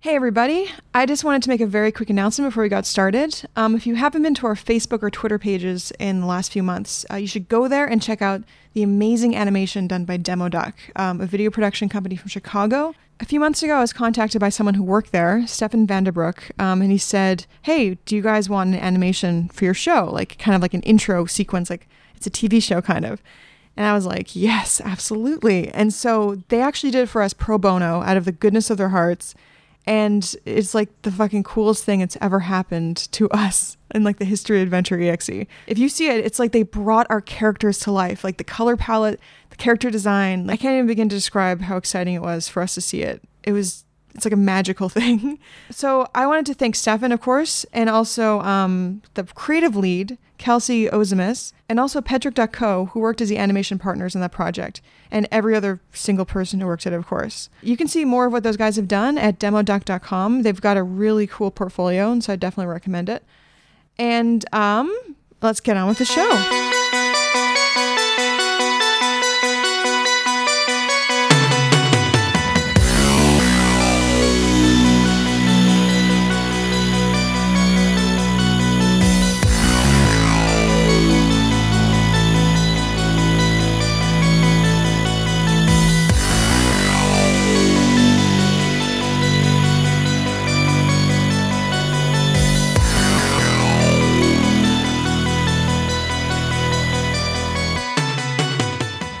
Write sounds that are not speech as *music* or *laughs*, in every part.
Hey, everybody. I just wanted to make a very quick announcement before we got started. Um, if you haven't been to our Facebook or Twitter pages in the last few months, uh, you should go there and check out the amazing animation done by DemoDoc, um, a video production company from Chicago. A few months ago, I was contacted by someone who worked there, Stefan Vanderbroek, um, and he said, Hey, do you guys want an animation for your show? Like, kind of like an intro sequence, like it's a TV show, kind of. And I was like, yes, absolutely. And so they actually did it for us pro bono out of the goodness of their hearts. And it's like the fucking coolest thing that's ever happened to us in like the history of Adventure EXE. If you see it, it's like they brought our characters to life, like the color palette, the character design. I can't even begin to describe how exciting it was for us to see it. It was it's like a magical *laughs* thing. So I wanted to thank Stefan, of course, and also um, the creative lead, Kelsey Ozimus, and also Petrick.co, who worked as the animation partners on that project, and every other single person who worked at it, of course. You can see more of what those guys have done at demodoc.com. They've got a really cool portfolio, and so I definitely recommend it. And um, let's get on with the show.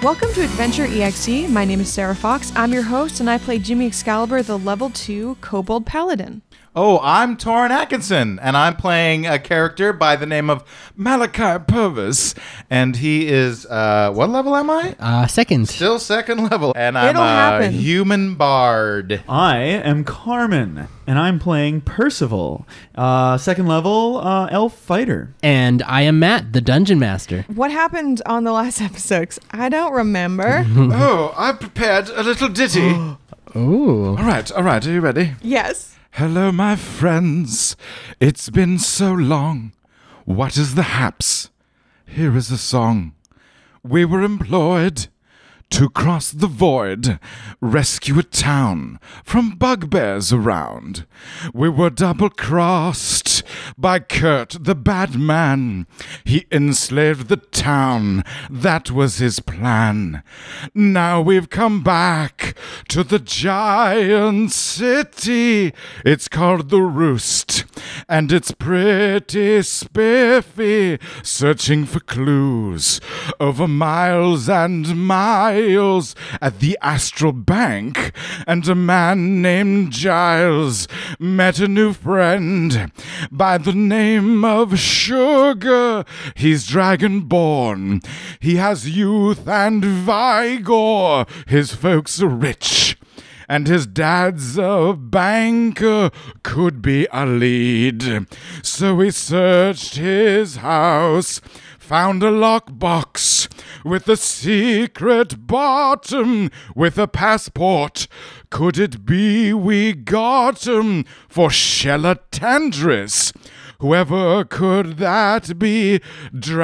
Welcome to Adventure EXE. My name is Sarah Fox. I'm your host, and I play Jimmy Excalibur, the level 2 Kobold Paladin. Oh, I'm Torrin Atkinson, and I'm playing a character by the name of Malachi Purvis, and he is uh, what level am I? Uh, second. Still second level, and I'm It'll a happen. *laughs* human bard. I am Carmen, and I'm playing Percival, uh, second level uh, elf fighter. And I am Matt, the dungeon master. What happened on the last *laughs* episode? 'Cause I don't remember. *laughs* oh, I've prepared a *gasps* little ditty. all Ooh. right, all right, are you ready? yes. Hello, my friends. It's been so long. What is the haps? Here is a song. We were employed to cross the void, rescue a town from bugbears around. We were double crossed by Kurt the bad man. He enslaved the town, that was his plan. Now we've come back to the giant city. It's called the Roost, and it's pretty spiffy, searching for clues over miles and miles at the Astral Bank. And a man named Giles met a new friend by the name of Sugar. He's dragonborn, he has youth and vigor. His folks are rich and his dad's a banker, could be a lead. So we searched his house, found a lockbox with a secret bottom, with a passport. Could it be we got him for Shella Tandris? Whoever could that be?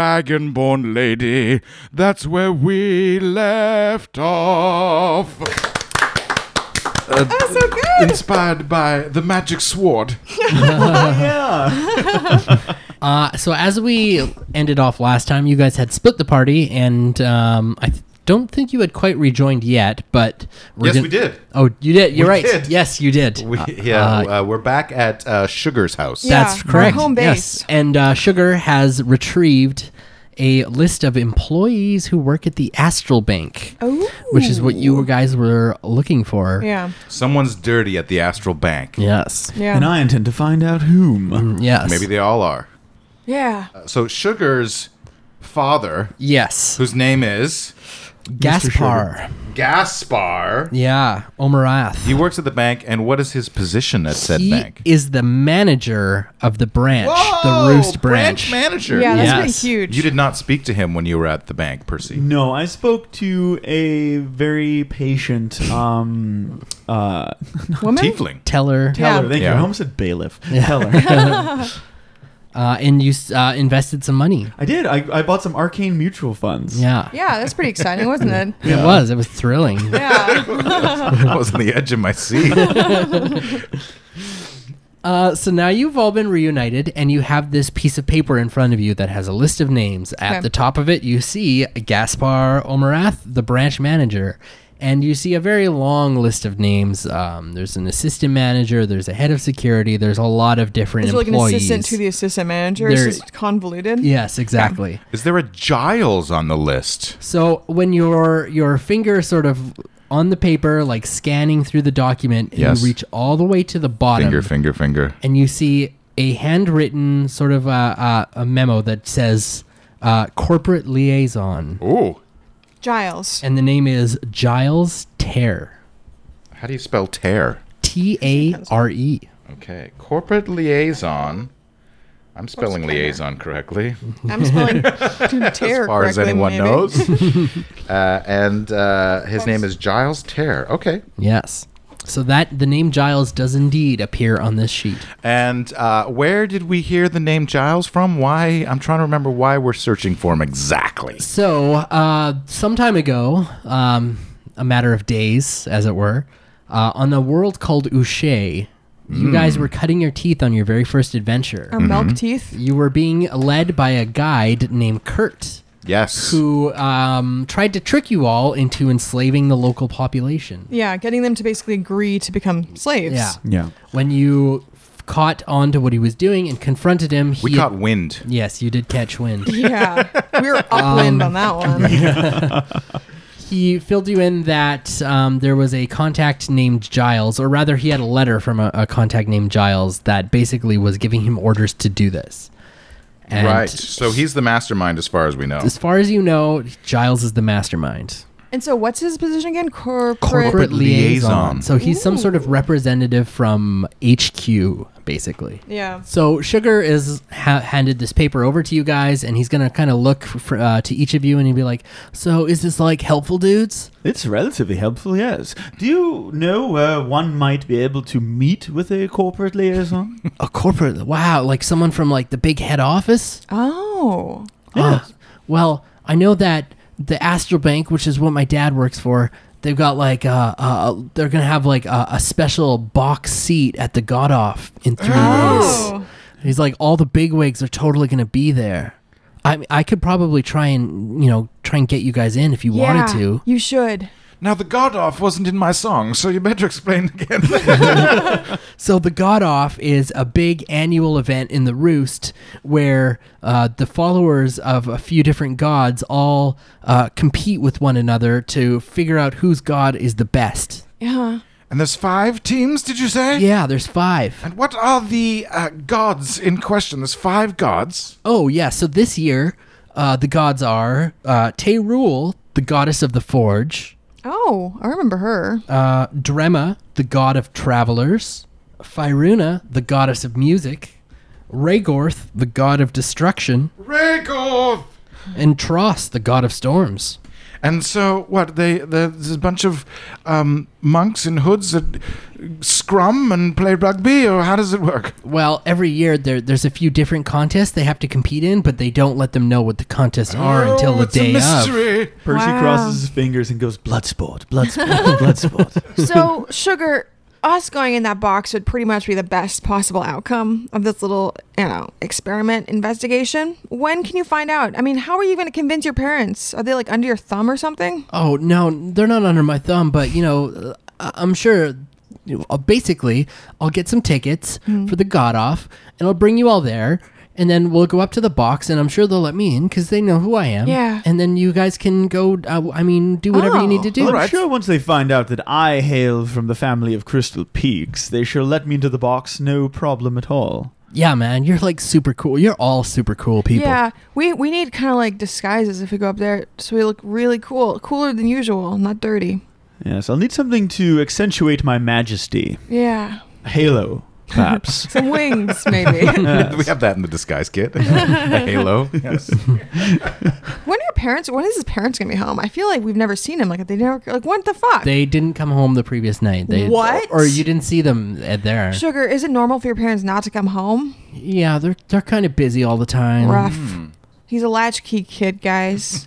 Dragonborn lady, that's where we left off So good. inspired by the magic sword. Uh, so as we ended off last time, you guys had split the party, and um, I th- don't think you had quite rejoined yet, but we're Yes, gon- we did. Oh, you did. You're We right. did. Yes, you did. We, Uh, yeah, uh, uh, we're back at uh, Sugar's house. Yeah. That's we're correct. home Yes. based. And uh, Sugar has retrieved a list of employees who work at the Astral Bank, which is what you guys were looking for. Oh. Yeah. Someone's dirty at the Astral Bank. Yes. Yeah. And I intend to find out whom. Yes. Maybe they all are. Uh, yeah. So Sugar's father, Yes. whose name is Gaspar. Gaspar, Yeah. Omarath. he works at the bank. And what is his position at said he bank? is the manager of the branch, the Roost branch. manager. Yeah, that's Yes. pretty huge. You did not speak to him when you were at the bank, Percy. No, I spoke to a very patient um, uh, Woman? Tiefling. Teller, teller. Thank you. Yeah. I almost said bailiff. Teller. uh, and you s- uh, invested some money. I did. I, I bought some arcane mutual funds. Yeah. Yeah, that's pretty exciting, wasn't it? *laughs* it was. It was thrilling. Yeah. I was on the edge of my seat. *laughs* Uh, so now you've all been reunited, and you have this piece of paper in front of you that has a list of names. At Okay. the top of it, you see Gaspar Omarath, the branch manager, and you see a very long list of names. Um, there's an assistant manager, there's a head of security, there's a lot of different Is it like an employees. assistant to the assistant manager? It's There- just convoluted. yes, exactly. Is there a Giles on the list? So when your your finger sort of on the paper, like scanning through the document, and Yes. you reach all the way to the bottom, Finger, finger, finger. and you see a handwritten sort of uh, uh, a memo that says uh, corporate liaison, Ooh. Giles. and the name is Giles Tear, How do you spell tear? T A R E. Okay. Corporate liaison. I'm spelling liaison *laughs* correctly, I'm *laughs* spelling tear as far as correctly, anyone maybe. knows. *laughs* uh, and uh, his name is Giles Tear. Okay. Yes. So that the name Giles does indeed appear on this sheet. And uh, where did we hear the name Giles from? Why? I'm trying to remember why we're searching for him exactly. So, uh, some time ago, um, a matter of days, as it were, uh, on a world called Ushe, you guys Hmm. were cutting your teeth on your very first adventure. Or Oh. milk teeth. you were being led by a guide named Kurt, Yes. who um, tried to trick you all into enslaving the local population. Yeah, getting them to basically agree to become slaves. Yeah. Yeah. When you f- caught on to what he was doing and confronted him, he we caught wind. yes, you did catch *laughs* wind. Yeah. We were upwind on that one. Um, *laughs* he filled you in that um, there was a contact named Giles, or rather, he had a letter from a, a contact named Giles that basically was giving him orders to do this. And right. So he's the mastermind as far as we know. As far as you know, Giles is the mastermind. And so, what's his position again? Corporate. Corporate liaison. So he's some sort of representative from HQ, basically. Yeah. So Sugar is ha- handed this paper over to you guys, and he's gonna kind of look for, uh, to each of you, and he'll be like, "So is this like helpful, dudes?" It's relatively helpful, yes. Do you know where one might be able to meet with a corporate liaison? A corporate? Wow, like someone from like the big head office? Oh. Ah, well, I know that the Astral Bank, which is what my dad works for, they've got like uh, uh they're gonna have like a, a special box seat at the God Off in three days. Oh. He's like, all the bigwigs are totally gonna be there. I I could probably try and you know try and get you guys in if you wanted to. You should. now, the God off wasn't in my song, so you better *laughs* explain again. *laughs* So the God Off is a big annual event in the Roost where uh, the followers of a few different gods all uh, compete with one another to figure out whose god is the best. Yeah. and there's five teams, did you say? Yeah, there's five. And what are the uh, gods in question? There's five gods. Oh yeah, so this year uh, the gods are uh, Te Rule, the goddess of the forge, Oh, I remember her. uh, Drema, the god of travelers, Firuna, the goddess of music, Rhaegorth, the god of destruction, Rhaegoth! and Tross, the god of storms. And so, what? They the- There's a bunch of um, monks in hoods that scrum and play rugby, or how does it work? Well, every year there there's a few different contests they have to compete in, but they don't let them know what the contests are until Oh, the it's a day of. mystery. Percy Wow. crosses his fingers and goes, Bloodsport, *laughs* Bloodsport, Bloodsport. So, Sugar, us going in that box would pretty much be the best possible outcome of this little, you know, experiment investigation. When can you find out? I mean, how are you going to convince your parents? Are they like under your thumb or something? Oh no, they're not under my thumb, but you know, I- I'm sure. you know, I'll- basically, I'll get some tickets Mm-hmm. for the god off, and I'll bring you all there. And then we'll go up to the box, and I'm sure they'll let me in because they know who I am. Yeah. And then you guys can go. Uh, I mean, do whatever you need Oh. to do. I'm Alright. sure once they find out that I hail from the family of Crystal Peaks, they shall let me into the box no problem at all. Yeah, man, you're like super cool. You're all super cool people. Yeah, we we need kind of like disguises if we go up there, so we look really cool, cooler than usual, not dirty. Yes, I'll need something to accentuate my majesty. Yeah, Halo, *laughs* perhaps. some wings *laughs* maybe. when *laughs* we have that in the disguise kit. a halo. Yes. are your parents? When is his parents gonna be home? I feel like we've never seen him. Like they never like what the fuck? They didn't come home the previous night. They, What? Or you didn't see them at there. Sugar, is it normal for your parents not to come home? Yeah, they're they're kind of busy all the time. Rough. He's a latchkey kid, guys.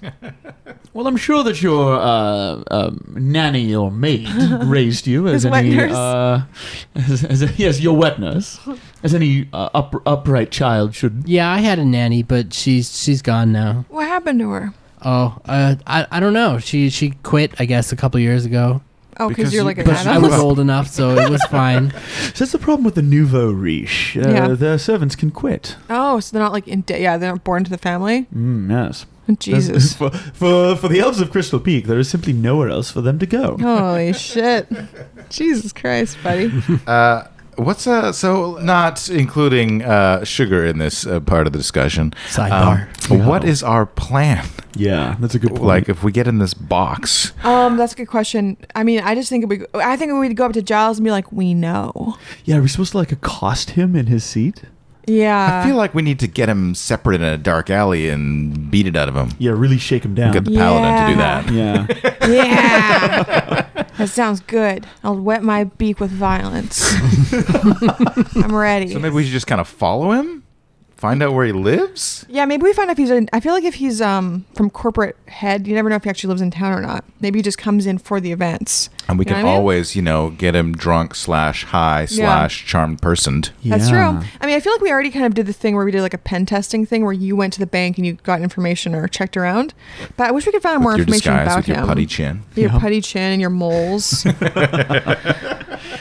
Well, I'm sure that your uh, um, nanny or *laughs* maid raised you as His wet any nurse. uh, *laughs* as, as yes, your wet nurse, as any uh, up, upright child should. Yeah, I had a nanny, but she's she's gone now. what happened to her? Oh, uh, I I don't know. She she quit, I guess, a couple years ago. Oh, because Because you're you- like an because But I adult. was old enough, so it was *laughs* fine. So that's the problem with the nouveau riche. Uh, Yeah. The servants can quit. *laughs* Oh, so they're not like in de- yeah, they're not born to the family. Mm, yes. That's- Jesus. *laughs* For, for, for the elves of Crystal Peak, there is simply nowhere else for them to go. Holy shit. Jesus Christ, buddy. Uh, what's uh so not including uh, sugar in this uh, part of the discussion? Sidebar. Um, What is our plan? Yeah, that's a good point. Like, if we get in this box, Um, that's a good question. I mean, I just think we I think we'd go up to Giles and be like, "We know." yeah, are we supposed to like accost him in his seat? Yeah. I feel like we need to get him separate in a dark alley and beat it out of him. Yeah, really shake him down. *laughs* Get the paladin to do Yeah. *laughs* that. Yeah. yeah. that sounds good. I'll wet my beak with violence. I'm ready. So maybe we should just kind of follow him, find out where he lives. yeah, maybe we find out if he's in. I feel like if he's um from corporate head, you never know if he actually lives in town or not. Maybe he just comes in for the events. And we You know can what I mean? always, you know, get him drunk slash high slash charmed personed. That's Yeah. true. I mean, I feel like we already kind of did the thing where we did like a pen testing thing where you went to the bank and you got information or checked around. But I wish we could find out more With your information disguise, about with him. your putty chin. Your Yeah. putty chin and your *laughs* moles.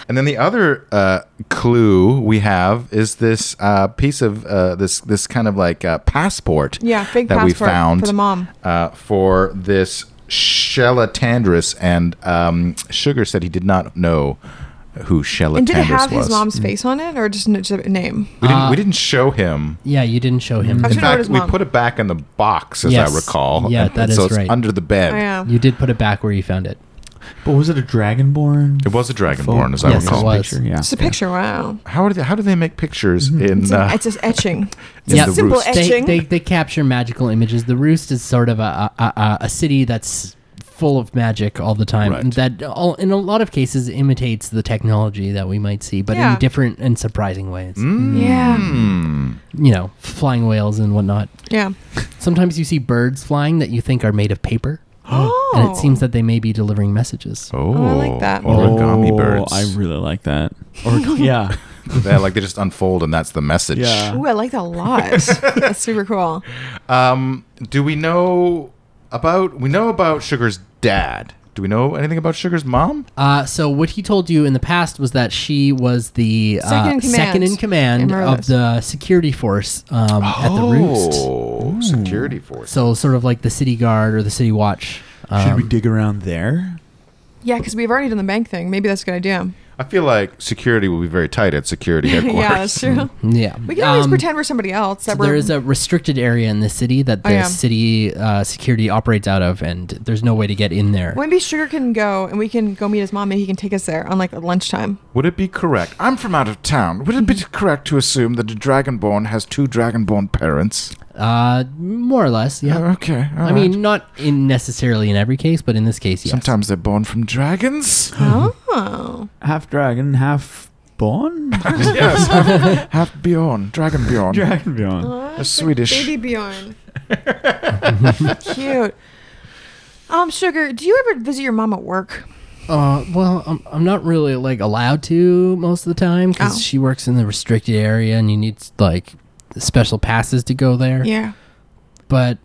And then the other uh, clue we have is this uh, piece of uh, this this kind of like uh, passport. yeah, big That passport we found. for the mom. uh, for this Shelatandris, and um, Sugar said he did not know who Shelatandris And did it have was. his mom's face on it or just n- just a name? we, didn't, Uh, we didn't show him. Yeah, you didn't show him. I In should've wrote fact, his we mom. put it back in the box, as Yes. I recall. Yeah, and, that and is so it's right. under the bed. I am. You did put it back where you found it. But was it a dragonborn? It was a dragonborn, as I Yes, it recall. was. Mm-hmm. Picture? Yeah. Just a picture. Wow. How do they, how do they make pictures It's, in? a- Uh, it's just etching. in Yeah. the Simple roost? etch- They, Etching. they they capture magical images. The Roost is sort of a a, a, a city that's full of magic all the time. Right. That all in a lot of cases imitates the technology that we might see, but Yeah. in different and surprising ways. Mm. Yeah. Hmm. You know, flying whales and whatnot. *gasps* Yeah. Sometimes you see birds flying that you think are made of paper, Oh. and it seems that they may be delivering messages. Oh, I like that. Origami oh, birds. I really like that. Origami. yeah. *laughs* They're like they just unfold, and that's the message. Yeah. Ooh, I like that a *laughs* lot. That's super cool. Um, do we know about we know about Sugar's dad? Do we know anything about Sugar's mom? Uh, so what he told you in the past was that she was the uh, Second in command. second in command In Merlot's. of the security force um, at the Roost. Oh, security force. So sort of like the city guard or the city watch. Should we Um, dig around there? Yeah, because we've already done the bank thing. Maybe that's a good idea. I feel like security will be very tight at security *laughs* headquarters. yeah, that's true. yeah. We can always Um, pretend we're somebody else. That so we're, there is a restricted area in the city that Oh, the yeah. city uh, security operates out of, and there's no way to get in there. Well, Maybe Sugar can go and we can go meet his mom. Maybe he can take us there on like *laughs* lunchtime. *laughs* Would it be correct? I'm from out of town. Would it be correct to assume that a Dragonborn has two Dragonborn parents? Uh, more or less, yeah. Oh, okay. all I right. mean, not in necessarily in every case, but in this case, yes. sometimes they're born from dragons. *laughs* Oh. Half dragon, half born? yes, half, half Bjorn, Dragonbjorn. dragonborn. Aw, That's Swedish. Baby *laughs* Bjorn. Cute. Um, Sugar, do you ever visit your mom at work? Uh, well, I'm, I'm not really like allowed to most of the time because Oh. she works in the restricted area and you need like special passes to go there. Yeah. But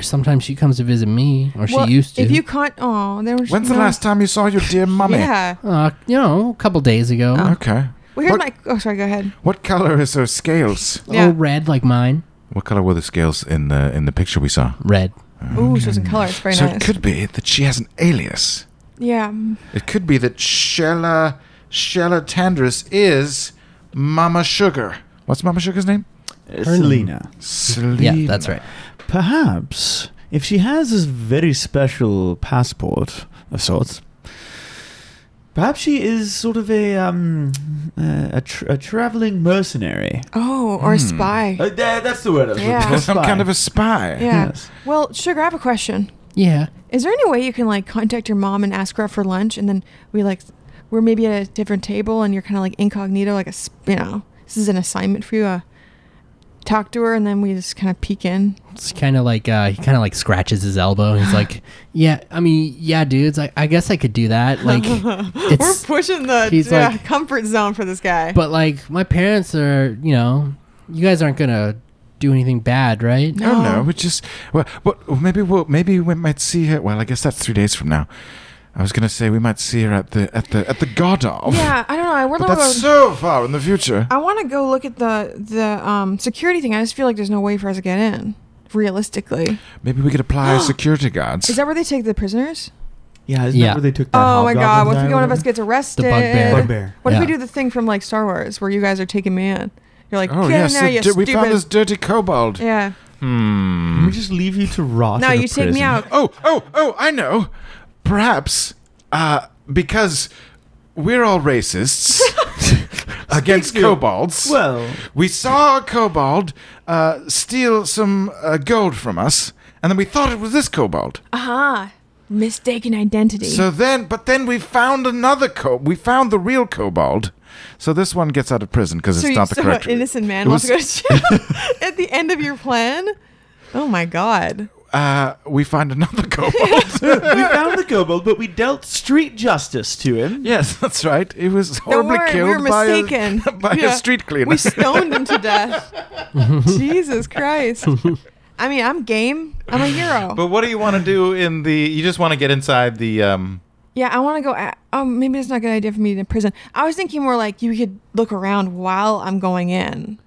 sometimes she comes to visit me, or she used to. If you can't, oh, there was. When's the no- last time you saw your dear mummy? Yeah. uh, you know, a couple days ago, Oh. Okay. We heard What- my. Oh, sorry. Go ahead. What color is her scales? a Yeah. little Oh, red like mine. What color were the scales in the in the picture we saw? Red. Ooh, she was in color. It's very Oh, so nice. it could be that she has an alias. yeah. It could be that Shella Shella Tandris is Mama Sugar. What's Mama Sugar's name? Selena. Selena. Yeah, that's right. Perhaps if she has this very special passport of sorts, perhaps she is sort of a um uh, a, tr a traveling mercenary. Oh, or a spy. Uh, tha- that's the word. I was looking Yeah. for, Some spy. kind of a spy. yeah. yes. Well, Sugar, I have a question. Yeah. Is there any way you can like contact your mom and ask her out for lunch, and then we like we're maybe at a different table, and you're kind of like incognito, like a s- you know, this is an assignment for you. Uh, talk to her, and then we just kind of peek in. It's kind of like uh, he kind of like scratches his elbow. And he's like, *gasps* "Yeah, I mean, yeah, dudes. I, I guess I could *laughs* do that. Like, We're it's pushing the he's yeah, like- comfort zone for this guy. but like my parents are. You know, you guys aren't gonna do anything bad, right? No, No. no, we just well, but maybe we'll maybe we might see her. Well, I guess that's three days from now. I was gonna say we might see her at the at the at the God of. yeah, I don't know. I wonder but about. that's so far in the future. I want to go look at the the um, security thing. I just feel like there's no way for us to get in. Realistically, Maybe we could apply *gasps* as security guards. is that where they take the prisoners? Yeah, isn't Yeah. that where they took that Oh my hobgoblin god! What if guy or one of whatever? us gets arrested? bugbear. Bugbear. What if we Yeah. do the thing from like Star Wars where you guys are taking me in? You're like, oh get yes, in there, the you di- we stupid. found this dirty kobold. yeah. Can Hmm. we just leave you to rot? No, in a you take me prison? out. Oh, oh, oh! I know. Perhaps uh, because we're all *laughs* racists against kobolds. Well, We saw a kobold uh, steal some uh, gold from us, and then we thought it was this kobold. Aha! Mistaken identity. So then, but then we found another kobold. We found the real kobold. So this one gets out of prison because So it's you- not the so correct. an innocent man It wants was- to go to jail *laughs* at the end of your plan. Oh my god! uh, we *laughs* find another kobold. we found the kobold, but we dealt street justice to him. yes, that's right. It was horribly worry, we killed were by, mistaken. A, *laughs* by Yeah. a street cleaner. *laughs* We stoned him to death. Jesus Christ! I mean, I'm game. I'm a hero. But what do you want to do in the? You just want to get inside the. Um, yeah, I want to go. At, oh, maybe it's not a good idea for me to prison. I was thinking more like you could look around while I'm going in.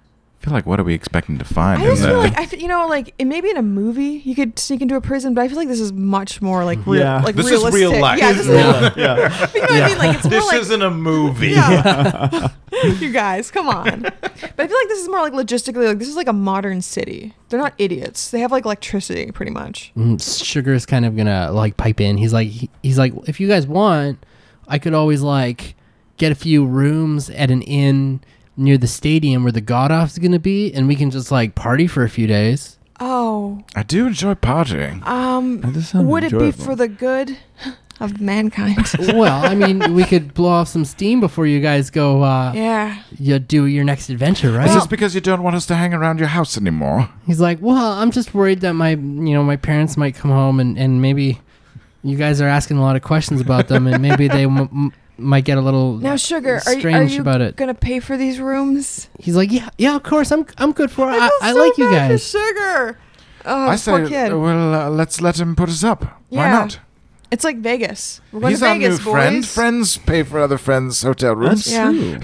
I feel like what are we expecting to find? I in just the- feel *laughs* like I, fe- you know, like it maybe in a movie you could sneak into a prison, but I feel like this is much more like real, Yeah. like This is real realistic. life. Yeah, this This is real is, Yeah. yeah. you know what I mean? Like it's more like isn't a movie. Yeah. *laughs* you guys, come on. But I feel like this is more like logistically, like this is like a modern city. They're not idiots. They have like electricity, pretty much. Mm, Sugar is kind of gonna like pipe in. He's like, he- he's like, if you guys want, I could always like get a few rooms at an inn near the stadium where the god off's gonna be, and we can just like party for a few days. Oh, I do enjoy partying. um, would it be for the good of mankind? well, I mean, we could blow off some steam before you guys go. Uh, yeah. You do your next adventure, right? Is this because you don't want us to hang around your house anymore? He's like, well, I'm just worried that my, you know, my parents might come home and and maybe you guys are asking a lot of questions about them, and maybe they. M- m- might get a little Now, sugar, are, you- are strange you about it. gonna pay for these rooms? He's like, yeah, yeah, of course, I'm, I'm good for it. feel I, I so like you bad for guys. Sugar. Oh, I I poor say, kid. uh, well, uh, let's let him put us up. Why Yeah. not? it's like Vegas. We're going He's to our Vegas, new boys. friend. Friends pay for other friends' hotel rooms. That's Yeah. true.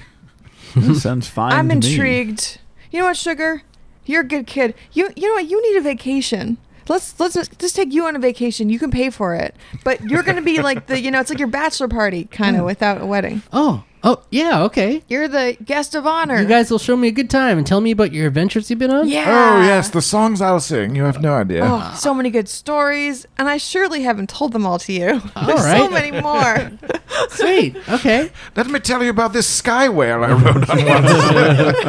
That sounds fine. I'm to me. intrigued. You know what, sugar? You're a good kid. You you know what? You need a vacation. Let's let's just just take you on a vacation. You can pay for it, but you're gonna be like the you know it's like your bachelor party kind Hmm. of without a wedding. Oh, oh, yeah, okay. You're the guest of honor. You guys will show me a good time and tell me about your adventures you've been on. yeah. Oh yes, the songs I'll sing. You have no idea. Oh, so many good stories, and I surely haven't told them all to you. All There's so right. many *laughs* more. Sweet. *laughs* Okay. Let me tell you about this sky whale I rode *laughs* on once.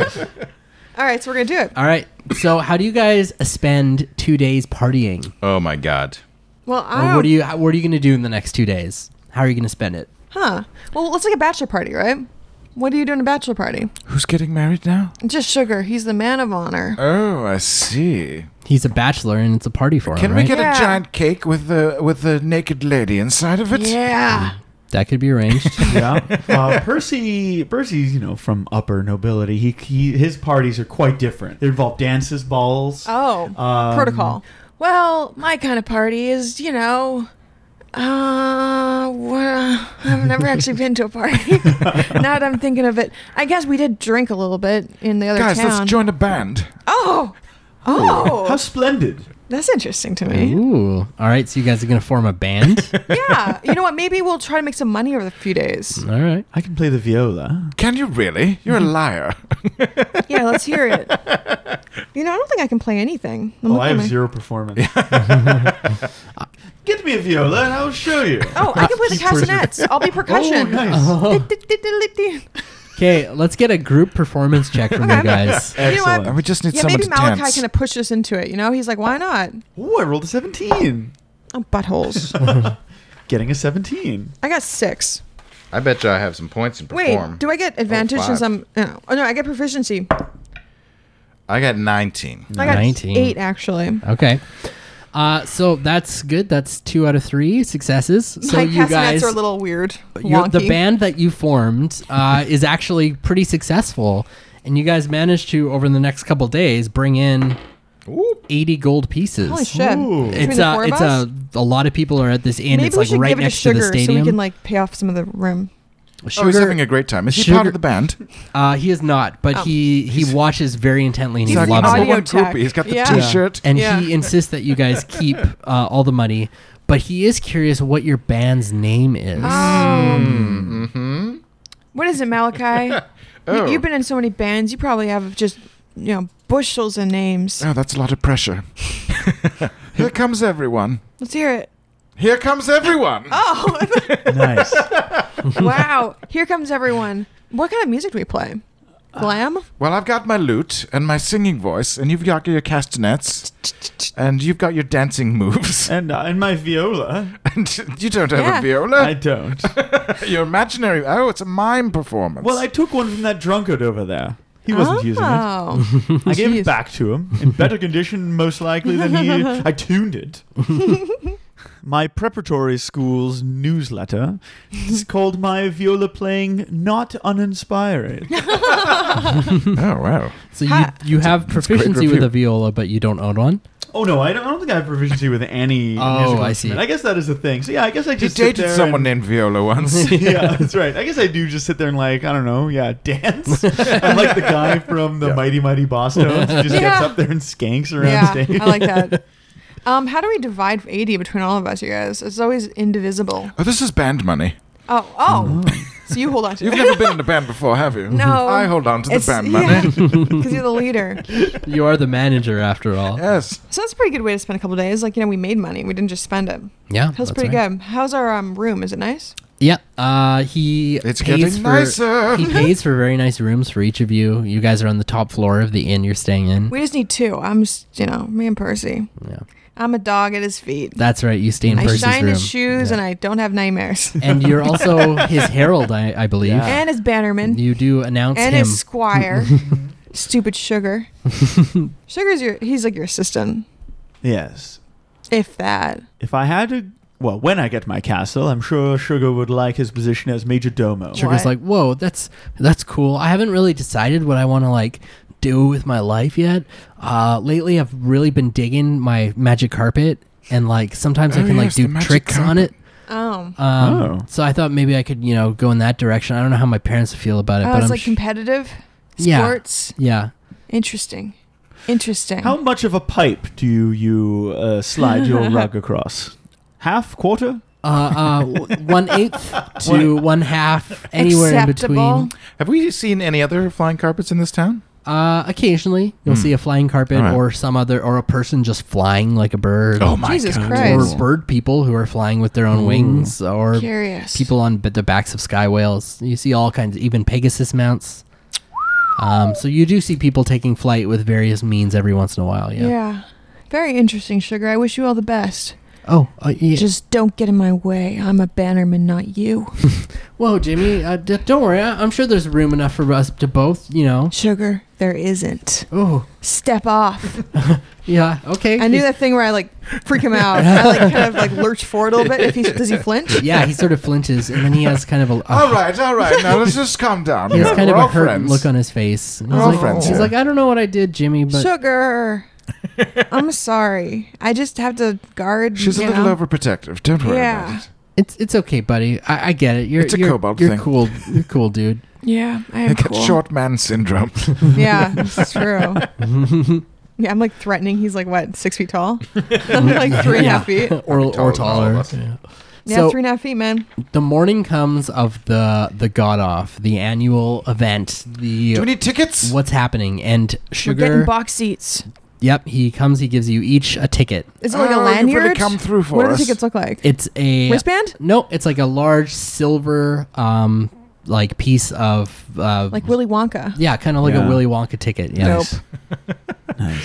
All right, so we're gonna do it. All right. So, how do you guys spend two days partying? oh my god! Well, I Or don't, what are you? How, what are you going to do in the next two days? How are you going to spend it? huh? Well, let's like a bachelor party, right? What do you do in a bachelor party? Who's getting married now? Just sugar. He's the man of honor. Oh, I see. He's a bachelor, and it's a party for Can him, we right? get Yeah. a giant cake with the with the naked lady inside of it? Yeah. that could *laughs* be arranged. yeah. *laughs* Uh, Percy, Percy's you know from upper nobility. He, he his parties are quite different. They involve dances, balls. Oh, Um, protocol. Well, my kind of party is, you know, uh, well, I've never actually been to a party. now that I'm thinking of it, I guess we did drink a little bit in the other Guys, town. let's join a band. oh, oh, How splendid! that's interesting to me. Ooh. All right. So you guys are going to form a *laughs* band. Yeah, you know what? Maybe we'll try to make some money over the few days. All right. I can play the viola. Can you really? You're a Mm-hmm. liar. *laughs* Yeah, let's hear it. You know, I don't think I can play anything. I'm Oh, looking I at have my- zero *laughs* performance. Get me a viola and I'll show you. Oh, I can *laughs* play the Percy. castanets. I'll be Oh, percussion. nice. Okay. Let's get a group performance check *laughs* from you guys. You know what? Excellent. and we just need Yeah, someone maybe to Malachi dance. kind of pushed us into it. You know, he's like, "Why not?" Ooh, I rolled a 17. Oh, buttholes. *laughs* Getting a 17. I got six. I bet you I have some points in Oh, Wait, do oh, I get advantage five. since I'm? No, oh no, I get proficiency. I got 19. I got 19. eight actually. Okay. Uh, so that's good. That's two out of three successes. So My you castanets guys, are a little weird. you're- Wonky. the band that you formed uh, is actually pretty successful, and you guys managed to over the next couple days bring in Ooh. eighty gold pieces. Holy shit! Between It's the a, four of it's us? a, a lot of people are at this inn. Maybe it's we like should right give it to next to Sugar the so we stadium. can like pay off some of the room. Oh, he's Sugar- having a great time. Is he Sugar- part of *laughs* the band? uh, he is not, but Oh. he he watches very intently and he He's like the loves number it. audio one tech. groupie. He's got the Yeah. T-shirt. and Yeah. he insists that you *laughs* guys keep uh, all the money, but he is curious what your band's name is. Uh, Mm-hmm. Oh. What is it, *laughs* Malachi? Oh. you, have been in so many bands. You probably have just you know bushels of names. oh, that's a lot of pressure. *laughs* Here comes everyone. Let's hear it. Here comes everyone. *gasps* Oh, *laughs* nice. wow! Here comes everyone. What kind of music do we play? Glam. Well, I've got my lute and my singing voice, and you've got your *laughs* castanets, and you've got your dancing moves. *laughs* And uh, and my viola, And you don't have Yeah. a viola. I *laughs* don't. Your imaginary. Oh, it's a mime performance. Well, I took one from that drunkard over there. He wasn't using it. Oh. I gave Jeez. it back to him in better condition, most likely than he. I tuned it. my preparatory school's newsletter is called "My Viola Playing Not Uninspiring." oh, wow. So you, Ha. you have great proficiency with review. a viola, but you don't own one. oh no, I don't, I don't think I have proficiency with any. Oh, musical I instrument. see. I guess that is the thing. So yeah, I guess I He just sit dated there someone and- named Viola once. *laughs* yeah, that's right. I guess I do just sit there and like I don't know, yeah, dance. I'm like the guy from the Yeah. Mighty Mighty Boss Tones who just gets Yeah. up there and skanks *laughs* around Yeah, stage. I like that. Um, how do we divide eighty between all of us, you guys? It's always indivisible. oh, this is band money. Oh, oh. so you hold on to You've it. never been in a band before, have you? *laughs* No. *laughs* I hold on to the It's- band money. *laughs* yeah, because you're the leader. *laughs* You are the manager after *laughs* all. Yes. So that's a pretty good way to spend a couple days. Like you know, we made money. We didn't just spend it. Yeah, That was pretty good. How's our um, room? Is it nice? Yeah, uh, he It's pays getting for, nicer. He pays for very nice rooms for each of you. You guys are on the top floor of the inn you're staying in. We just need two. I'm, s- you know, me and Percy. yeah, I'm a dog at his feet. that's right. You stay in I Percy's shine room, his shoes, and I don't have *laughs* nightmares. and *laughs* you're also his herald, I, I believe. Yeah. and his bannerman, You do announce and him. his *laughs* squire. Stupid sugar. Sugar's your. He's like your assistant, Yes. if that. If I had to well, when I get my castle, I'm sure Sugar would like his position as major domo. Sure. Sugar's What? like, whoa, that's that's cool. I haven't really decided what I want to like do with my life yet. Uh, lately, I've really been digging my magic carpet, and like sometimes I Oh, can like yes, the do magic tricks on carpet. it. Oh, Um, Oh. So I thought maybe I could you know go in that direction. I don't know how my parents would feel about it, oh but it's I'm like sh- competitive Yeah. sports. yeah. Interesting, interesting. How much of a pipe do you, you uh, *laughs* slide your rug across? Half, quarter? Uh, *laughs* uh, w- one eighth to one half, anywhere in Acceptable. between. Have we seen any other flying carpets in this town? Uh, occasionally, you'll Hmm. see a flying carpet All right. Oh or some other, or a person just flying like a bird. Jesus or Christ. bird people who are flying with their own wings, or Curious. people on b- the backs of sky whales. You see all kinds, even Pegasus mounts. Um, so you do see people taking flight with various means every once in a while. Yeah. Yeah. Very interesting, Sugar. I wish you all the best. Oh, uh, yeah. Just don't get in my way. I'm a bannerman, not you. whoa, Jimmy. Uh, d- don't worry. I- I'm sure there's room enough for us to both. You know. Sugar, there isn't. Oh, Step off. yeah. Okay. I knew that thing where I like freak him out. I like kind of like lurch forward a little bit. If he does he flinch? Yeah, he sort of flinches, and then he has kind *laughs* of a. a- all right, all right. Now let's just calm down. He has here. Uh, kind We're of a all hurt friends. look on his face. And We're He's, all like, friends he's here. like, I don't know what I did, Jimmy, *laughs* but Sugar, I'm sorry. I just have to guard. She's a you little know? overprotective. Don't worry Yeah. about it. it's it's okay, buddy. I, I get it. You're It's a you're, kobold you're thing. cool. You're cool, dude. Yeah, I I am get Oh, cool. short man syndrome. Yeah, it's true. Yeah, I'm like threatening. He's like what, six feet tall? *laughs* I'm *laughs* like three and a half feet. *laughs* or taller or than all of taller. us. Yeah. Yeah, So- three and a half feet, man. The morning comes of the the god off, the annual event, the Do we need tickets? what's happening, and We're getting sugar. box seats. Yep, he comes. He gives you each a ticket. Is it like a Oh, lanyard? You've really come through for what do us. the tickets look like? It's a Wristband? no. It's like a large silver um like piece of uh, Like Willy Wonka. yeah, kind of like a Yeah. Willy Wonka ticket. Yeah. Nope.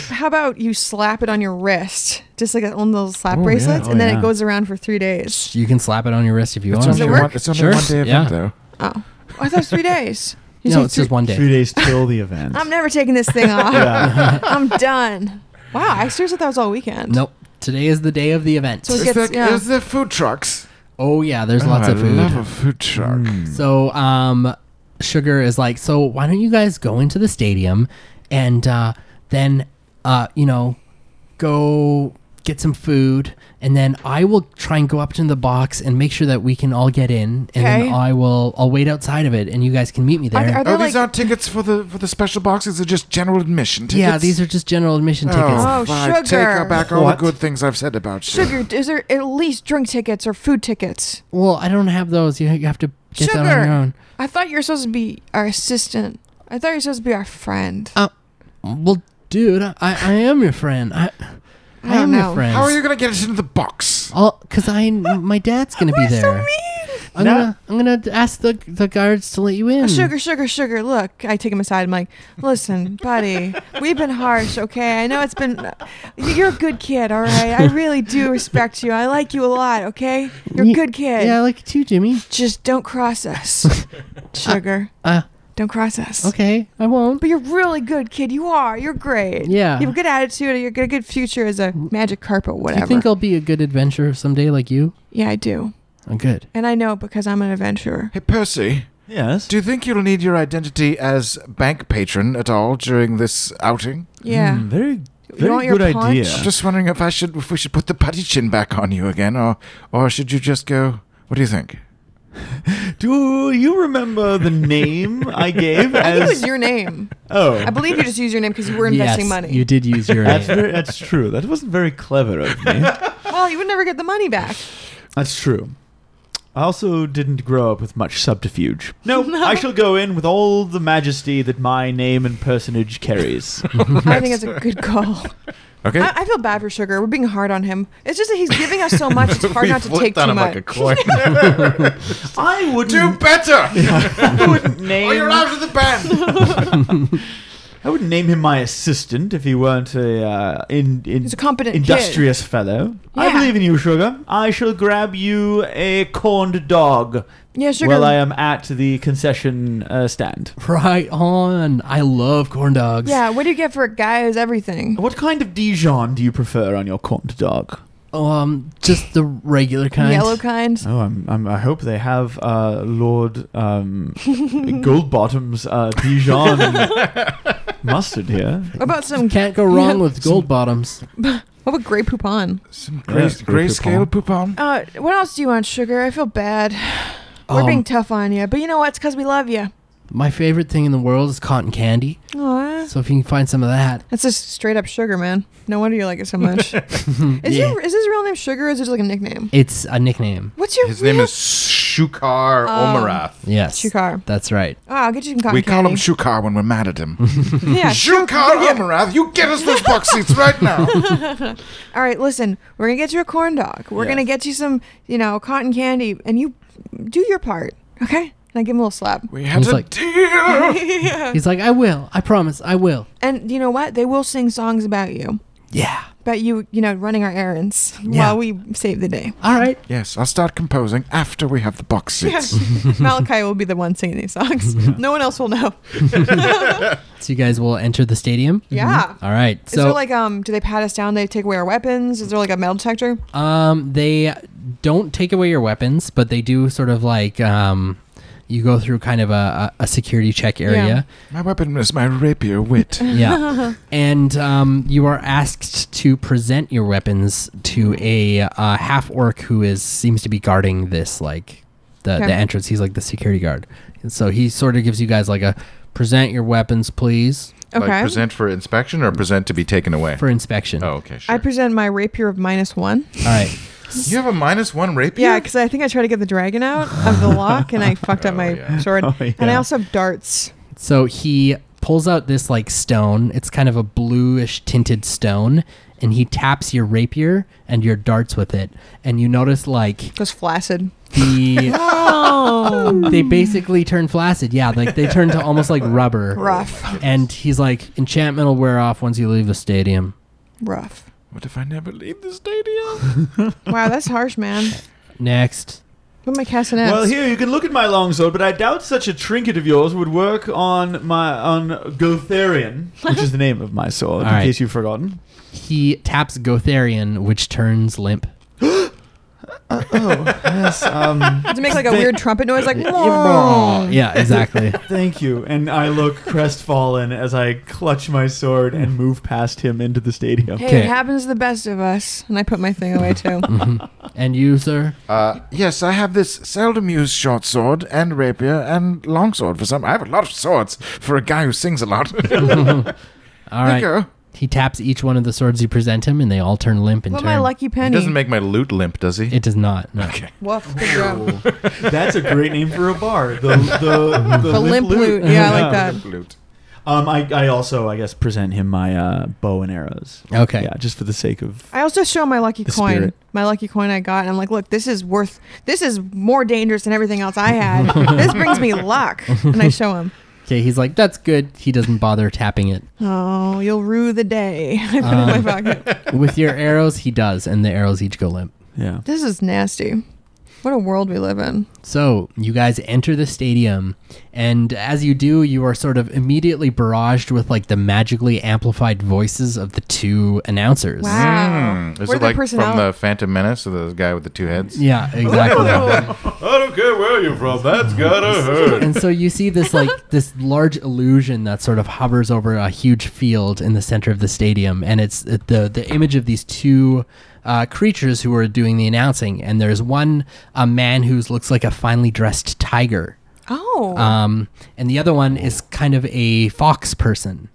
How about you slap it on your wrist, just like on those slap Oh, yeah. bracelets, Oh, and then yeah. it goes aroround for three days. You can slap it on your wrist if you It's want. Does it only, one, work? it's only Sure. one day event, Yeah. though. Oh, I thought it was three days. You no, say it's just three- one Three day. days till the event. I'm never taking this thing off. Yeah. *laughs* *laughs* I'm done. Wow, I seriously thought that was all weekend. Nope. Today is the day of the event. So Ah, it's- Is, Gets- there, yeah. is there food trucks? Hmm. oh yeah, there's Oh, lots I of food. love a food truck. So, um, Sugar is like, so why don't you guys go into the stadium and uh, then, uh, you know, go get some food, and then I will try and go up to the box and make sure that we can all get in, and Okay. then I will, I'll wait outside of it, and you guys can meet me there. Are, there- are there Oh, like these aren't tickets for the for the special boxes. They're just general admission tickets. yeah, these are just general admission tickets. Oh, fine. sugar. Take back all What? the good things I've said about you. sugar? Is there at least drink tickets or food tickets? Well, I don't have those. You you have to get that Sugar. on your own. I thought you were supposed to be our assistant. I thought you were supposed to be our friend. Well, dude, I, I am your friend. I, I I am don't know. your friend. How are you gonna get us into the box? I'll, cause I, my dad's gonna be You're so there. mean. I'm No. gonna I'm gonna ask the the guards to let you in. Sugar, sugar, sugar. Look, I take him aside. I'm like, listen, buddy, we've been harsh, okay? I know it's been. You're a good kid, all right? I really do respect you. I like you a lot, okay? You're a Ye- good kid. Yeah, I like you too, Jimmy. Just don't cross *laughs* us, sugar. Uh, Don't cross us. okay, I won't. But you're a really good kid. You are. You're great. Yeah. Mm. You have a good attitude. You got a good future as a magic carpet, Do whatever. you think I'll be a good adventurer someday like you? yeah, I do. I'm good. And I know because I'm an adventurer. Hey, Percy. yes. Do you think you'll need your identity as bank patron at all during this outing? Yeah. Mm. Hmm, very You very want your good punch? idea. I'm just wondering if I should, if we should put the putty chin back on you again, or, or should you just go? What do you think? Do you remember the name I *laughs* gave I think it as? was your name. oh, I believe you just used your name because you were investing yes, money. You did use *laughs* your that's name. very, that's true. That wasn't very clever of me. *laughs* Well, you would never get the money back. That's true. I also didn't grow up with much subterfuge. No, *laughs* I shall go in with all the majesty that my name and personage carries. I think it's a good call. Okay. I, I feel bad for Sugar. We're being hard on him. It's just that he's giving us so *laughs* much. It's hard We not to flipped take too on him much. like a coin. I *laughs* do *laughs* wouldn't, better, *laughs* I wouldn't or Oh, you're name. out of the band. I wouldn't name him my assistant if he weren't a uh, in, in he's a competent kid. industrious fellow. I Yeah. believe in you, sugar. I shall grab you a corned dog Yeah, Sugar. while I am at the concession uh, stand. Right on. I love corn dogs. yeah, what do you get for a guy who's everything? What kind of Dijon do you prefer on your corned dog? Um, just the regular kind. Yellow kind? Oh, I'm, I'm, I hope they have uh, Lord um, Goldbottom's uh, Dijon mustard here. What about some? *laughs* Can't go wrong Yeah. with gold bottoms. What about Grey Poupon? *laughs* Some Yeah, gray, gray grayscale poupon. Uh, what else do you want, Sugar? I feel bad. We're Um, being tough on you, but you know what? It's because we love you. My favorite thing in the world is cotton candy. Aww. So if you can find some of that, That's just straight up Sugar, man. No wonder you like it so much. is, Yeah. your, is his real name Sugar or is it just like a nickname? it's a nickname. What's your His real name is Shukar Um, Omarath. Yes, Shukar. that's right. Oh, I'll get you some cotton We call him candy. Shukar when we're mad at him. yeah, *laughs* Shukar yeah. Omarath, you get us those box seats right now. All right, listen. We're gonna get you a corn dog. We're Yes. gonna get you some, you know, cotton candy, and you do your part, okay? And I give him a little slap. *laughs* *laughs* We had He's a like- deal. yeah. He's like, I will. I promise. I will. And you know what? They will sing songs about you, Yeah. about you, you know, running our errands Yeah. while we save the day. All right. Yes, I'll start composing after we have the box seats. *laughs* Malachi will be the one singing these songs. No one else will know. Mm-hmm. So you guys will enter the stadium. Yeah. All right. Is there So like um? Do they pat us down? They take away our weapons? Is there like a metal detector? um they don't take away your weapons, but they do sort of like um you go through kind of a, a a security check area. My weapon is my rapier wit. Yeah. and um you are asked to present your weapons to a uh, half orc who is seems to be guarding this like the, Okay. the entrance. He's like the security guard. And so he sort of gives you guys like a present your weapons please Okay. for inspection or present to be taken away? Oh, for inspection. okay, I present my rapier of minus one. All right. you have a minus one rapier? Yeah, because I think I tried to get the dragon out of the lock and I fucked up Oh, my yeah. sword. Oh, yeah. And I also have darts. So he pulls out this like stone. It's kind of a bluish tinted stone, and he taps your rapier and your darts with it. And you notice like Goes flaccid. the Oh, they basically turn flaccid. Yeah, like they turn to almost like rubber. rough, And he's like, enchantment will wear off once you leave the stadium. rough. What if I never leave the stadium? Wow, that's harsh, man. Next. Put my castanets. Well, here you can look at my longsword, but I doubt such a trinket of yours would work on my on Gotharian, which is the name of my sword, in All right. case you've forgotten. He taps Gotharian, which turns limp. Yes, um, Does it make like a weird trumpet noise? Like, Yeah, *laughs* exactly. *laughs* thank you. And I look crestfallen as I clutch my sword and move past him into the stadium. Hey, Okay. it happens to the best of us. And I put my thing away too. and you, sir? Uh, yes, I have this seldom used short sword and rapier and longsword for some. I have a lot of swords for a guy who sings a lot. *laughs* All right. There you go. He taps each one of the swords you present him, and they all turn limp and What turn. my lucky He penny. doesn't make my lute limp, does he? it does not. No. Woof, good *laughs* job. Oh, That's a great name for a bar. The the, *laughs* the The limp loot. Yeah, I like that. Lute. Um, I, I also I guess present him my uh, bow and arrows. Okay. Yeah, just for the sake of I also show my lucky The coin. spirit. My lucky coin I got. And I'm like, look, this is worth, this is more dangerous than everything else I had. this brings me luck. And I show him. Okay. He's like, that's good. He doesn't bother tapping it. Oh, you'll rue the day. *laughs* I put it in my pocket. *laughs* With your arrows, he does, and the arrows each go limp. yeah. This is nasty. What a world we live in. So you guys enter the stadium, and as you do, you are sort of immediately barraged with like the magically amplified voices of the two announcers. Wow. Mm. Is What it are their like from personali- the Phantom Menace, or the guy with the two heads? Yeah, exactly. I don't care where you're from. That's gotta hurt. and so you see this like this large illusion that sort of hovers over a huge field in the center of the stadium, and it's the the image of these two uh, creatures who are doing the announcing. And there's one a man who looks like a finely dressed tiger, Oh. um, and the other one is kind of a fox person.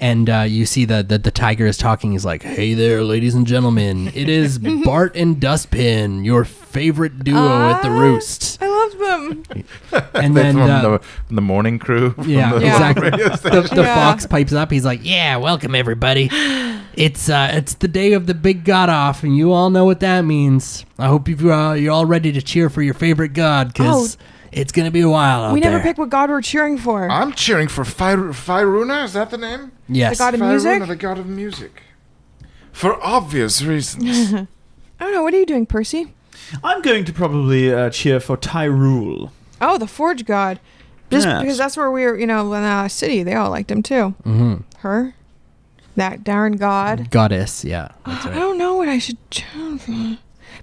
And uh, you see that the, the tiger is talking. He's like, "Hey there, ladies and gentlemen! *laughs* It is Bart and Dustpin, your favorite duo at the Ah. Roost." *laughs* I love them. And That's then from uh, the, *laughs* the morning crew. from yeah, the- Yeah. *laughs* exactly. the the Yeah. fox pipes up. He's like, "Yeah, welcome everybody. It's uh, it's the day of the big god off, and you all know what that means. I hope you uh, you're all ready to cheer for your favorite god, because it's gonna be a while out Oh. We never there. pick what god we're cheering for. I'm cheering for Fir- Firuna. Is that the name? yes, the god of music? Firuna, the god of music. For obvious reasons. I don't know. What are you doing, Percy? I'm going to probably uh, cheer for Tyrul. Oh, the Forge God. Just Yes. because that's where we were, you know, in our city. They all liked him too. hmm Her, that darn god. goddess. Yeah, that's I *gasps* right. don't know what I should choose.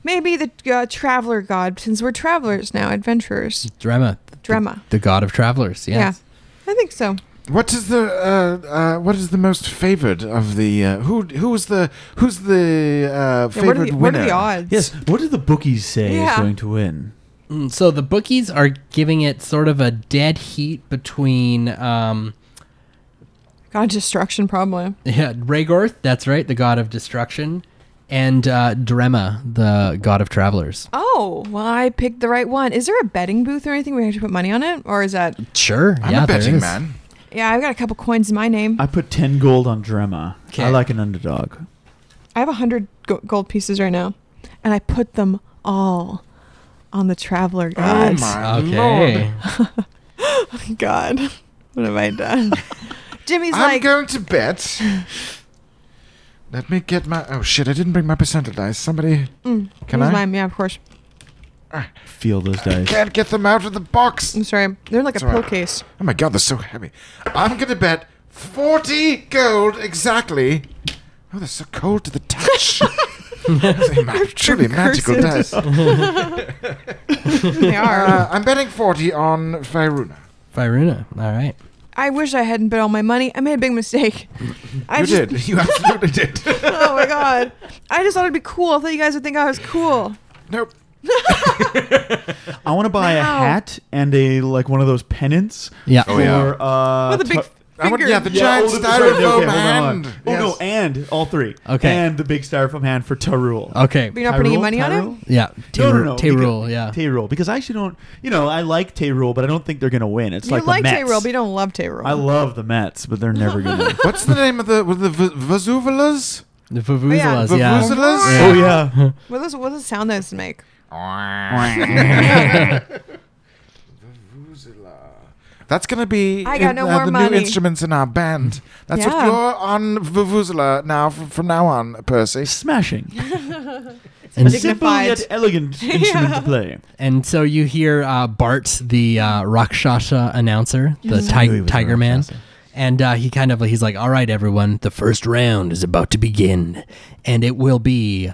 Maybe the uh, traveler god, since we're travelers now, adventurers. Drema, Drema. the god of travelers. Yes. Yeah, I think so. what is the uh, uh, what is the most favored of the uh, who who is the who's the uh, Yeah, what, are favored the, what winner? are the odds? Yes. What do the bookies say is Yeah. going to win? Mm, So the bookies are giving it sort of a dead heat between. Um, *laughs* God destruction, probably. Yeah, Rhaegorth, that's right, the god of destruction, and uh, Drema, the god of travelers. Oh, well, I picked the right one. Is there a betting booth or anything where we have to put money on it, or is that? Sure, I'm yeah, a there betting is. man. Yeah, I've got a couple coins in my name. Uh, I put ten gold on Drema. Okay. I like an underdog. I have a hundred go- gold pieces right now, and I put them all on the traveler Oh god. *laughs* my lord! Okay. God, what have I *laughs* done? Jimmy's I'm like, going to bet. Let me get my. Oh shit! I didn't bring my percentile dice. Somebody mm, Can here's I? mine. Yeah, of course. Feel those dice. can't get them out of the box. I'm sorry. They're in like It's a all right. pill case. Oh my god, they're so heavy. I'm gonna bet 40 gold exactly. Oh, they're so cold to the *laughs* touch. They ma- truly magical dice. Cursed. *laughs* they are. Uh, I'm betting 40 on Fairuna. Firuna, all right. I wish I hadn't bet all my money. I made a big mistake. I *laughs* you just, did. *laughs* You absolutely did. *laughs* Oh my god. I just thought it'd be cool. I thought you guys would think I was cool. Nope. I want to buy a Wow. hat and a like one of those pennants Yeah. Oh, for yeah. uh. With a big tu- I want, finger. yeah, the Yeah, giant oh, the- sorry, styrofoam okay, hold on. hand. Oh no, Yes. and all three. Okay. And the big styrofoam hand for Tyrul. Okay. But you're not putting any Tyrul? money on Tyrul? it? Yeah. No, no, Tyrul, no. Tyrul, yeah. Tyrul, because I actually don't. You know, I like Tyrul, but I don't think they're gonna win. It's You like, like the Mets. Tayroll, but you don't love Tayroll. I love the Mets, but they're *laughs* never gonna. What's the name of the with the v- Vazuvelas? The Vuvuzelas, Oh, yeah. Vuvuzelas? oh yeah. what does what does sound does it make? Oh, *laughs* That's gonna be I got in, no uh, more the money. new instruments in our band. That's Yeah. *laughs* what you're on vuvuzela now. From, from now on, Percy. Smashing. And- Simple yet dignified. *laughs* elegant instrument to play. And so you hear uh, Bart, the uh, Rakshasa announcer, the I knew he ti- was Tiger a Man, Rakshasa. and uh, he kind of he's like, "All right, everyone, the first round is about to begin, and it will be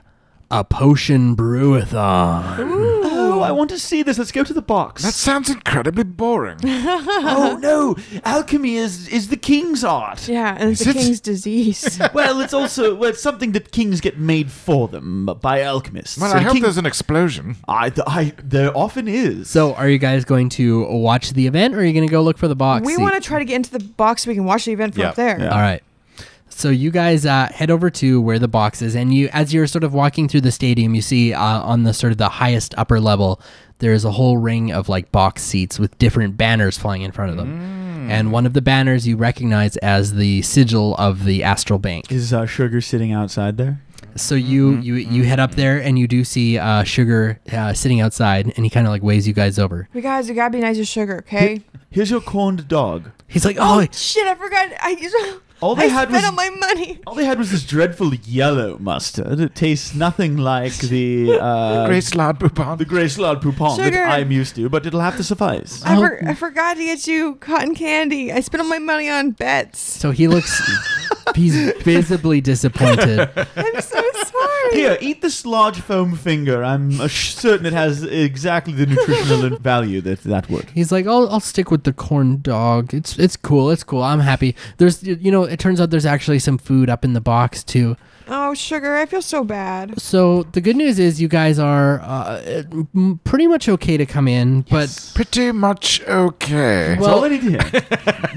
a potion brewathon." Oh, I want to see this. Let's go to the *laughs* box. That sounds incredibly boring. oh no, alchemy is is the king's art. Yeah, and it's Is the it? king's disease. *laughs* Well, it's also well, it's something that kings get made for them by alchemists. Well, So I hope king- there's an explosion. I, I, there often is. So, are you guys going to watch the event, or are you going to go look for the box? we See- want to try to get into the box so we can watch the event from Yeah, up there. yeah. All right. So you guys uh, head over to where the box is, and you, as you're sort of walking through the stadium, you see uh, on the sort of the highest upper level, there is a whole ring of like box seats with different banners flying in front of them, and one of the banners you recognize as the sigil of the Astral Bank. Is uh, Sugar sitting outside there? So you you you head up there, and you do see uh, Sugar uh, sitting outside, and he kind of like waves you guys over. You guys, you gotta be nice to sugar, okay? Here's your corned dog. He's like, "Oh, Shit, I forgot. I, *laughs* All they I had spent was on my money. all they had was this dreadful yellow mustard. It tastes nothing *laughs* like the uh, Grace Lard Boupon. the Grace Lard Poupon that Sugar. I'm used to, but it'll have to suffice. I, Oh. for, I forgot to get you cotton candy. I spent all my money on *laughs* bets. So he looks, he's visibly disappointed. I'm so sorry. Here, eat this large foam finger. I'm uh, sh- certain it has exactly the *laughs* nutritional value that that would. He's like, I'll, I'll stick with the corn dog. It's it's cool. It's cool. I'm happy. There's you know, it turns out there's actually some food up in the box too. Oh, sugar, I feel so bad. So the good news is you guys are uh, m- pretty much okay to come in, but Pretty much okay. That's all I well, need to hear. *laughs*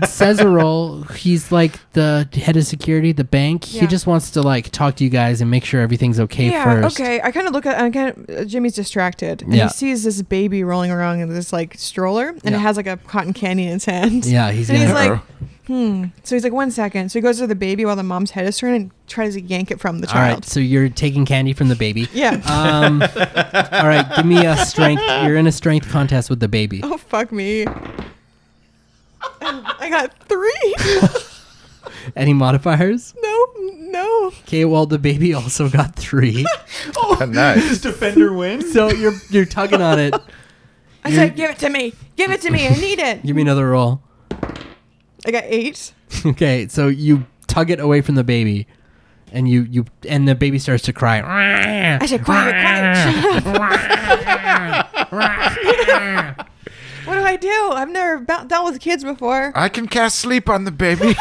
Cesarol, he's like the head of security at the bank. He Yeah. just wants to like talk to you guys and make sure everything's okay yeah, first. okay. I kind of look at. I kind of. Jimmy's distracted, and Yeah. he sees this baby rolling around in this like stroller, and Yeah. it has like a cotton candy in its hand. Yeah, he's And gonna. he's like, Uh-oh. hmm. So he's like, one second. So he goes to the baby while the mom's head is turned and tries to yank it from the all child. right, so you're taking candy from *laughs* the baby. Yeah. *laughs* Um, all right, give me a strength. You're in a strength contest with the baby. oh fuck me. I got three. *laughs* Any modifiers? no, no. Okay, well the baby also got three. nice. *laughs* Does Defender win? so you're you're tugging on it. I said, give it to me. Give it to me. I need it. Give me another roll. I got eight. Okay, so you tug it away from the baby, and you you and the baby starts to cry. I said, quiet, *laughs* quiet. Shut up. *laughs* what do I do? I've never ba- dealt with kids before. I can cast sleep on the *laughs* baby.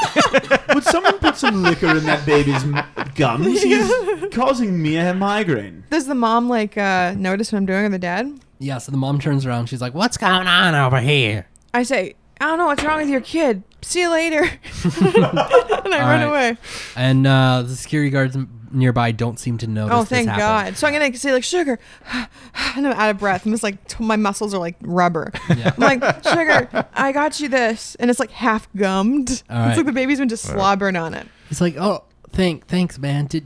Would someone put some liquor in that baby's m- gums? *laughs* He's causing me a migraine. Does the mom like uh, notice what I'm doing or the dad? Yeah. So the mom turns around. She's like, "What's going on over here?" I say, I don't know what's wrong with your kid. See you *laughs* later. and I All run right. away. And uh, the security guards m- nearby don't seem to notice. Oh, this thank God. happened. So I'm going to say, like, sugar. *sighs* and I'm out of breath. I'm just like, t- my muscles are like rubber. Yeah. I'm like, sugar, I got you this. And it's like half gummed. All right. It's like the baby's been just slobbering on it. He's like, "Oh, thank thanks, man. Did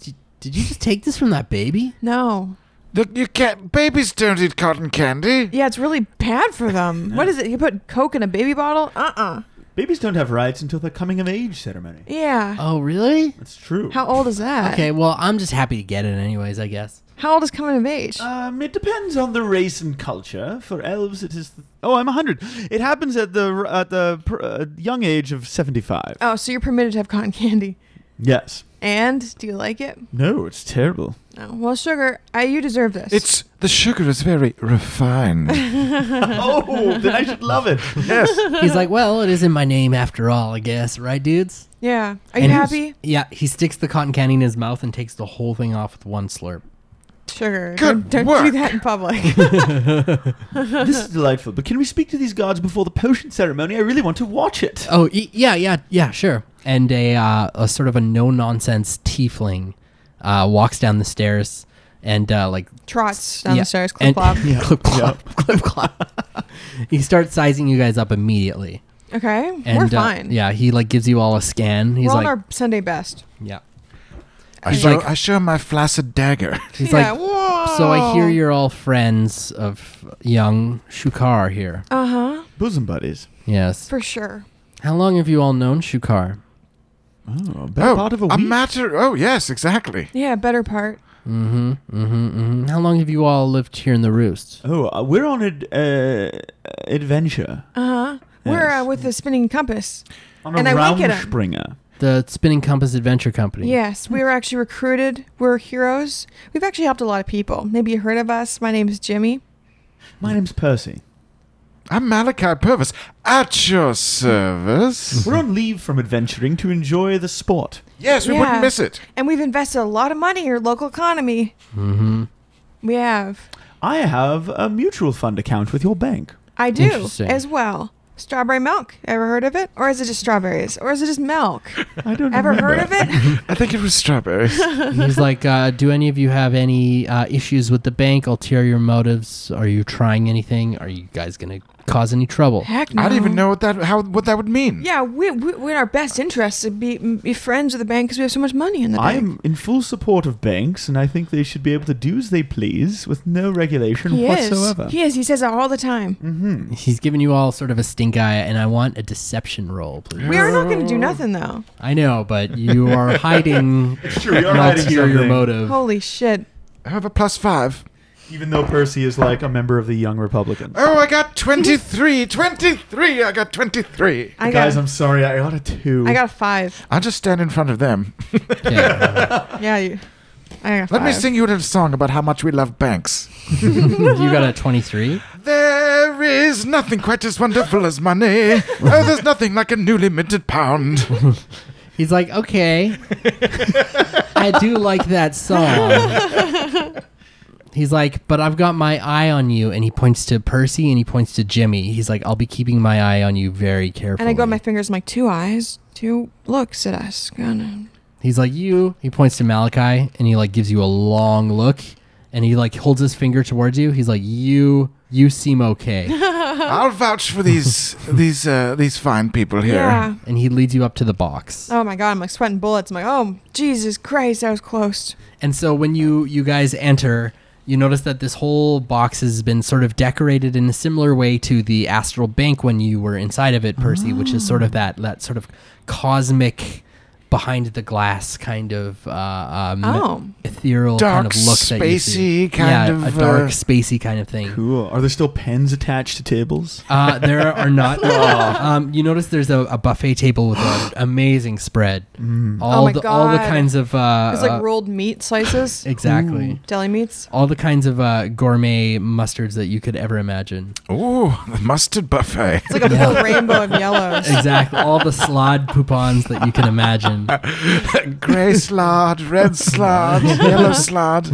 did you, did you just take this from that baby?" No. Look, you can't. Babies don't eat cotton candy. Yeah, it's really bad for *laughs* them. What is it? You put Coke in a baby bottle? Uh uh Babies don't have rights until the coming of age ceremony. Yeah. Oh, really? That's true. How old is that? Okay. Well, I'm just happy to get it, anyways. I guess. How old is coming of age? Uh, Um, it depends on the race and culture. For elves, it is. oh, I'm 100. It happens at the at the pr- uh, young age of 75. oh, so you're permitted to have cotton candy. Yes. And do you like it? No, it's *laughs* terrible. No. Well, sugar, I, you deserve this. It's the sugar is very *laughs* refined. oh, then I should love it. yes. He's like, "Well, it is in my name after all, I guess, right, dudes?" yeah. Are you And- happy? Yeah, he sticks the cotton candy in his mouth and takes the whole thing off with one slurp. Sugar. Good don't don't do work. that in public. *laughs* This is delightful. But can we speak to these guards before the potion ceremony? I really want to watch it. Oh, e- yeah, yeah, yeah, sure. And a, uh, a sort of a no nonsense tiefling uh, walks down the stairs and uh, like Trots down *laughs* yeah, the stairs, and- clip flop. clip clop, clip clop. he starts sizing you guys up immediately. Okay. And, We're uh, fine. yeah, he like gives you all a scan. He's We're on like, our Sunday best. yeah. I He's show, like- I show my flaccid dagger. He's yeah. like, Whoa. so I Oh. hear you're all friends of young Shukar here. Uh huh. Bosom buddies. Yes. For sure. How long have you all known Shukar? Oh, a better Oh, part of a week. matter. Oh, yes, exactly. Yeah. Better part. Mm-hmm, mm-hmm, mm-hmm. How long have you all lived here in the Roost? Oh, uh, we're on an uh, adventure. Uh huh. We're uh, Yes. with the spinning compass. On a And I wink at him. Raumspringer. The Spinning Compass Adventure Company. Yes, we were actually recruited. We're heroes. We've actually helped a lot of people. Maybe you heard of us. My name is Jimmy. My name's Percy. I'm Malachi Purvis at your service. *laughs* We're on leave from adventuring to enjoy the sport. yes, we Yeah. wouldn't miss it. And we've invested a lot of money in your local economy. Mm-hmm. We have. I have a mutual fund account with your bank. I do Interesting. as well. Strawberry milk. Ever heard of it? Or is it just strawberries? Or is it just milk? I don't Ever remember. heard of it? *laughs* I think it was strawberries. He's like, uh, do any of you have any uh, issues with the bank? Ulterior motives? Are you trying anything? Are you guys gonna cause any trouble? Heck no. I don't even know what that how what that would mean. Yeah, we, we, we're in our best interest to be, be friends with the bank because we have so much money in the I bank. am in full support of banks, and I think they should be able to do as they please with no regulation he whatsoever. is. He is. He says that all the time. Mm-hmm. He's giving you all sort of a stink eye, and I want a deception roll, please. We are not going to do nothing though. I know, but you are hiding *laughs* Sure, you're an hiding ulterior something. motive. Holy shit. I have a plus five. Even though Percy is like a member of the Young Republicans. Er, Oh, I got 23, 23. I got 23. I Guys, got, I'm sorry, I got a two. I got a five. I'll just stand in front of them. Yeah. Yeah, you. I got Let me five. sing you a little song about how much we love banks. *laughs* you got a twenty-three. There is nothing quite as wonderful as money. *laughs* Oh, there's nothing like a newly minted pound. He's like, okay, I do like that song. He's like, but I've got my eye on you, and he points to Percy and he points to Jimmy. He's like, I'll be keeping my eye on you very And carefully. I go at my fingers. I'm like, two eyes, two looks at us. Gonna. He's like, you. He points to Malachi, and he like gives you a long look, and he like holds his finger towards you. He's like, you, you *laughs* seem okay, I'll vouch for these these uh, these fine people here. Yeah. and he leads you up to the box. Oh my god, I'm like sweating bullets. I'm like, oh Jesus Christ, that was close. And so when you you guys enter, you notice that this whole box has been sort of decorated in a similar way to the astral bank when you were inside of it, Percy, which is sort of that that sort of cosmic behind the glass kind of uh, um, Oh. ethereal kind Dark, of look that you see. spacey kind yeah, of, a dark uh, spacey kind of thing. Cool. Are there still pens attached to tables? Uh, there *laughs* are not. *laughs* um, you notice there's a, a buffet table *gasps* with an amazing spread. All Mm. Oh my the all the God. kinds of uh, It's uh, like rolled meat slices, *laughs* exactly. deli meats. all the kinds of uh, gourmet mustards that you could ever imagine. Ooh, the mustard buffet. It's like a whole rainbow of yellows. Exactly, all the slod poupons that you can *laughs* imagine. Gray slard, red slard, yellow slard.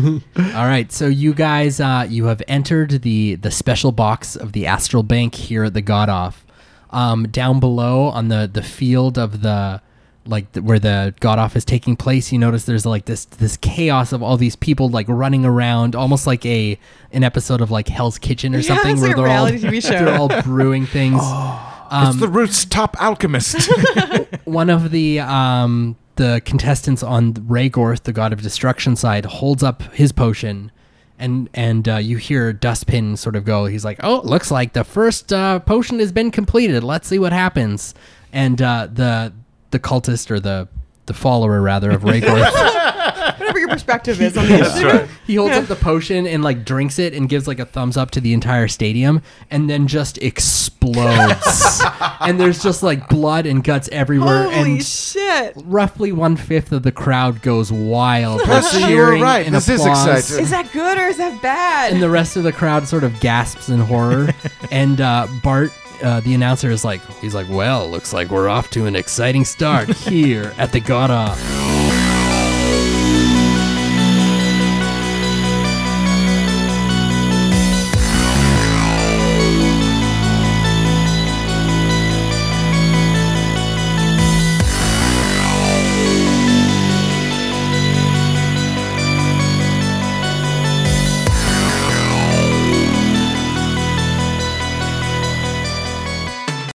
All right, so you guys, uh, you have entered the the special box of the Astral Bank here at the Godoff. Um, down below on the the field of the like the, where the Godoff is taking place, you notice there's like this this chaos of all these people like running around, almost like a an episode of like Hell's Kitchen or Yeah, something it's where like a they're all reality TV show. *laughs* they're all brewing things. *gasps* Um, it's the root's top alchemist. one of the um, the contestants on Rhaegorth, the god of destruction side, holds up his potion, and and uh, you hear Dustpin sort of go. He's like, "Oh, it looks like the first uh, potion has been completed. Let's see what happens." And uh, the the cultist or the the follower rather of Rhaegorth, Whatever your perspective is *laughs* on this. he holds up the potion and like drinks it and gives like a thumbs up to the entire stadium, and then just explodes. and there's just like blood and guts everywhere. Holy and shit. roughly one fifth of the crowd goes wild. Percy, you were cheering right. and This is applause. exciting. Is that good or is that And bad? the rest of the crowd sort of gasps in *laughs* horror. and uh, Bart, uh, the *laughs* announcer, is like, he's like, well, looks like we're off to an exciting start here at the God Off.